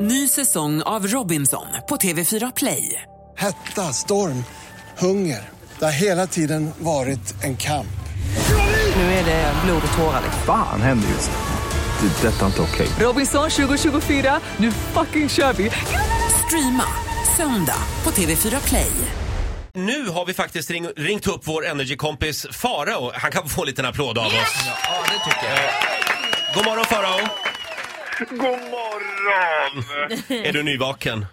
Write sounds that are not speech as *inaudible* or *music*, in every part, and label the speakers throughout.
Speaker 1: Ny säsong av Robinson på TV4 Play.
Speaker 2: Hetta, storm, hunger. Det har hela tiden varit en kamp.
Speaker 1: Nu är det blod och tårar. liksom.
Speaker 3: Fan händer just nu. Det. är Detta är inte okej.
Speaker 1: Robinson 2024, nu fucking kör vi! Streama söndag på TV4 Play.
Speaker 4: Nu har vi faktiskt ring, ringt upp vår energikompis Farao. Han kan få en liten applåd av oss. Ja, det tycker jag. God morgon Farao!
Speaker 5: God morgon!
Speaker 4: Är du nyvaken?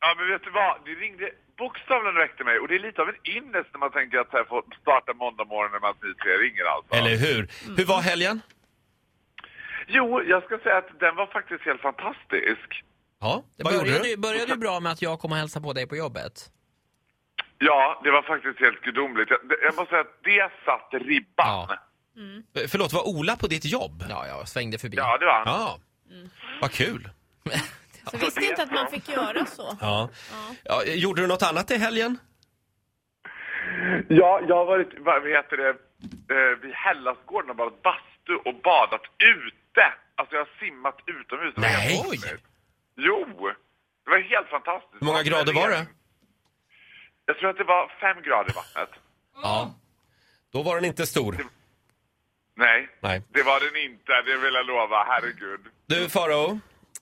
Speaker 5: Ja, men vet du vad? Det ringde, bokstavligen väckte mig och det är lite av en ynnest när man tänker att så här får starta måndag morgon när man ni tre ringer alltså.
Speaker 4: Eller hur? Hur var helgen?
Speaker 5: Jo, jag ska säga att den var faktiskt helt fantastisk.
Speaker 4: Ja,
Speaker 6: Det
Speaker 4: vad gjorde
Speaker 6: började,
Speaker 4: du?
Speaker 6: ju- började ju bra med att jag kom och hälsade på dig på jobbet.
Speaker 5: Ja, det var faktiskt helt gudomligt. Jag, det- jag måste säga att det satt ribban.
Speaker 6: Ja.
Speaker 5: Ja,
Speaker 4: Eh, Förlåt, var Ola på ditt jobb?
Speaker 6: Ja, jag svängde förbi.
Speaker 5: det var han.
Speaker 4: Ja, vad kul.
Speaker 7: Så visste inte att man fick göra så.
Speaker 4: Ja. Ja, eh, gjorde du något annat i helgen?
Speaker 5: Ja, jag har varit, vad heter det, eh, vid Hellasgården och badat bastu och badat ute. Alltså jag har simmat utomhus. Det var
Speaker 4: Nej.
Speaker 5: helt otroligt. Jo! Det var helt fantastiskt.
Speaker 4: Hur många grader var det?
Speaker 5: Jag tror att det var fem grader i vattnet.
Speaker 4: Ja. Då var den inte stor.
Speaker 5: Nej,
Speaker 4: Nej.
Speaker 5: det var den inte. Det vill jag lova. Herregud.
Speaker 4: Du Farao,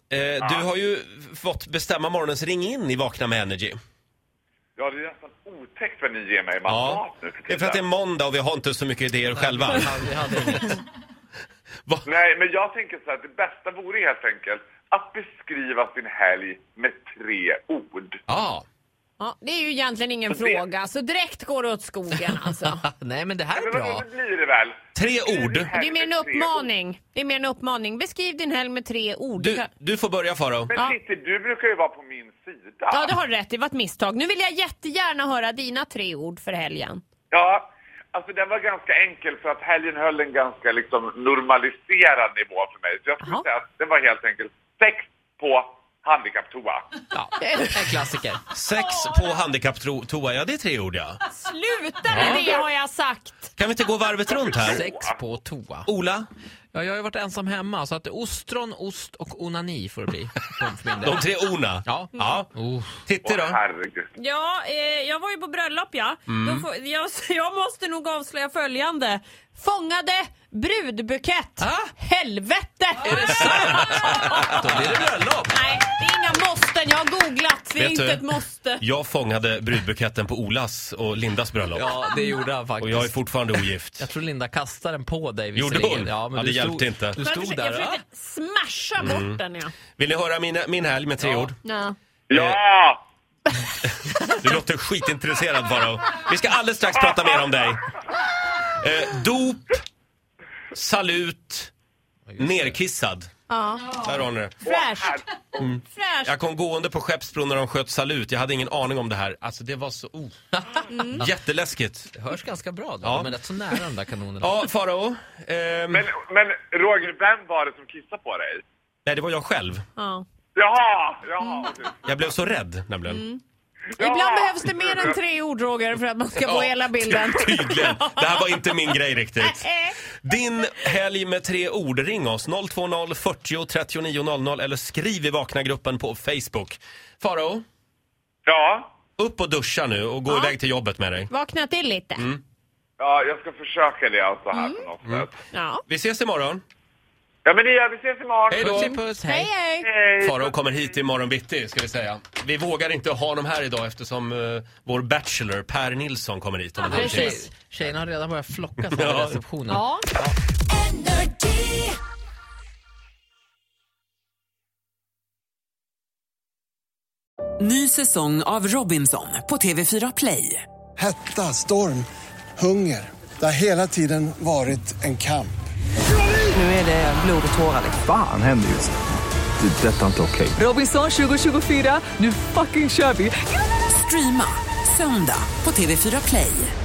Speaker 4: eh, du har ju fått bestämma morgonens ring in i Vakna med Energy.
Speaker 5: Ja, det är nästan otäckt vad ni ger mig
Speaker 4: Ja,
Speaker 5: mandat nu
Speaker 4: det är för att det är måndag och vi har inte så mycket idéer
Speaker 6: *laughs*
Speaker 4: själva.
Speaker 6: Vi hade- vi hade
Speaker 4: *laughs*
Speaker 6: inget.
Speaker 4: Va?
Speaker 5: Nej, men jag tänker så här att det bästa vore helt enkelt att beskriva sin helg med tre ord.
Speaker 4: Ja.
Speaker 7: Ja, det är ju egentligen ingen
Speaker 5: Så det-
Speaker 7: fråga, så direkt går det åt skogen alltså.
Speaker 6: Nej, men det här är
Speaker 5: Men vad
Speaker 6: bra.
Speaker 5: roligt blir det väl?
Speaker 4: Tre
Speaker 5: Beskriv
Speaker 4: ord.
Speaker 5: din helg
Speaker 7: Det är mer en
Speaker 5: med tre ord.
Speaker 7: uppmaning. Det är mer en uppmaning. Beskriv din helg med tre ord.
Speaker 4: Du, du får börja Farao.
Speaker 5: Men
Speaker 7: Ja.
Speaker 5: Titti, du brukar ju vara på min sida.
Speaker 7: Ja, det har du rätt. Det var ett misstag. Nu vill jag jättegärna höra dina tre ord för helgen.
Speaker 5: Ja, alltså den var ganska enkel för att helgen höll en ganska liksom normaliserad nivå för mig. Så jag skulle
Speaker 7: Jaha.
Speaker 5: säga att den var helt enkelt sex på handikapptoa.
Speaker 6: Ja, en klassiker.
Speaker 4: Sex på handikapptoa, ja det är tre ord ja.
Speaker 7: Sluta med det har jag sagt!
Speaker 4: Kan vi inte gå varvet runt här?
Speaker 6: Sex på toa.
Speaker 4: Ola,
Speaker 6: Ja, jag har ju varit ensam hemma, så att ostron, ost och onani får det bli. Punkt för min del.
Speaker 4: de tre orna.
Speaker 6: Ja.
Speaker 4: ja.
Speaker 6: Oh.
Speaker 4: Titti
Speaker 5: Åh,
Speaker 4: då?
Speaker 5: herregud.
Speaker 7: Ja, eh, jag var ju på bröllop ja.
Speaker 6: Mm.
Speaker 7: jag, *laughs* måste nog avslöja följande. Fångade brudbukett.
Speaker 6: Ah?
Speaker 7: Helvete!
Speaker 6: Är det sant? Då blir det bröllop.
Speaker 7: Nej, det är inga måsten. Jag har googlat. Det är
Speaker 4: Vet
Speaker 7: inte
Speaker 4: du?
Speaker 7: ett måste.
Speaker 4: Jag fångade brudbuketten på Olas och Lindas bröllop.
Speaker 6: Ja, det gjorde han
Speaker 4: Och
Speaker 6: faktiskt.
Speaker 4: jag är fortfarande
Speaker 6: Jag
Speaker 4: ogift.
Speaker 6: tror Linda kastade den på dig
Speaker 4: Gjorde
Speaker 6: visserligen.
Speaker 4: hon?
Speaker 6: Ja, men
Speaker 4: Ja,
Speaker 6: du
Speaker 4: det
Speaker 6: stod,
Speaker 4: hjälpte inte.
Speaker 6: Du
Speaker 7: Men jag
Speaker 6: stod
Speaker 7: försökte,
Speaker 6: där Mm.
Speaker 7: jag
Speaker 6: och...
Speaker 7: försökte smasha bort den ja.
Speaker 4: Vill ni höra min, min helg med tre
Speaker 6: Ja.
Speaker 4: ord?
Speaker 7: ja.
Speaker 5: Ja!
Speaker 4: Du låter skitintresserad Farao. Vi ska alldeles strax prata mer om dig. Eh, dop, salut, nerkissad. Där har ni det.
Speaker 7: Fräscht. Mm. Fräscht.
Speaker 4: Jag kom gående på Skeppsbron när de sköt salut. Jag hade ingen aning om det här. Alltså det var så... Oh. Jätteläskigt.
Speaker 6: Det hörs ganska bra då,
Speaker 4: Ja.
Speaker 6: men rätt så nära de där kanonerna.
Speaker 4: Ja, Farao. ehm,
Speaker 5: Men, men Roger, vem var det som kissade på dig?
Speaker 4: Nej, det var jag själv.
Speaker 7: Ja.
Speaker 5: Jaha! Jaha! okej.
Speaker 4: Jag blev så rädd nämligen.
Speaker 7: Mm. Ibland behövs det mer än tre ord Roger för att man ska få
Speaker 6: *laughs*
Speaker 7: hela bilden.
Speaker 4: Tydligen. Det här var inte min grej
Speaker 7: *laughs*
Speaker 4: riktigt.
Speaker 7: Eh,
Speaker 4: Din helg med tre ord. Ring oss. 020 40 39 00 eller skriv i Vakna-gruppen på Facebook. Farao,
Speaker 5: Ja.
Speaker 4: upp och duscha nu och gå iväg till jobbet med dig.
Speaker 7: *laughs* Vakna till lite.
Speaker 6: Mm.
Speaker 5: Ja, jag ska försöka det alltså här på något
Speaker 7: Mm.
Speaker 5: sätt.
Speaker 7: Ja.
Speaker 4: Vi ses imorgon.
Speaker 5: Ja, men det gör vi. ses imorgon.
Speaker 4: Hej
Speaker 6: Puss
Speaker 4: då!
Speaker 6: i puss,
Speaker 7: Hej
Speaker 6: hej.
Speaker 7: hej.
Speaker 5: Hej.
Speaker 4: Farao kommer hit imorgon bitti, ska vi säga. Vi vågar inte ha dem här idag eftersom eh, vår bachelor Per Nilsson kommer hit om en halvtimme.
Speaker 6: Precis. Tjejerna har redan börjat flocka sig
Speaker 4: Ja.
Speaker 6: i receptionen.
Speaker 7: Ja.
Speaker 1: Ny säsong av Robinson på TV4 Play.
Speaker 2: Hetta, storm, hunger. Det har hela tiden varit en kamp.
Speaker 1: Nu är det blod och tårar.
Speaker 3: Fan händer just nu. Det. är Detta är inte okej.
Speaker 1: Robinson 2024, nu fucking kör vi! Streama söndag på TV4 Play.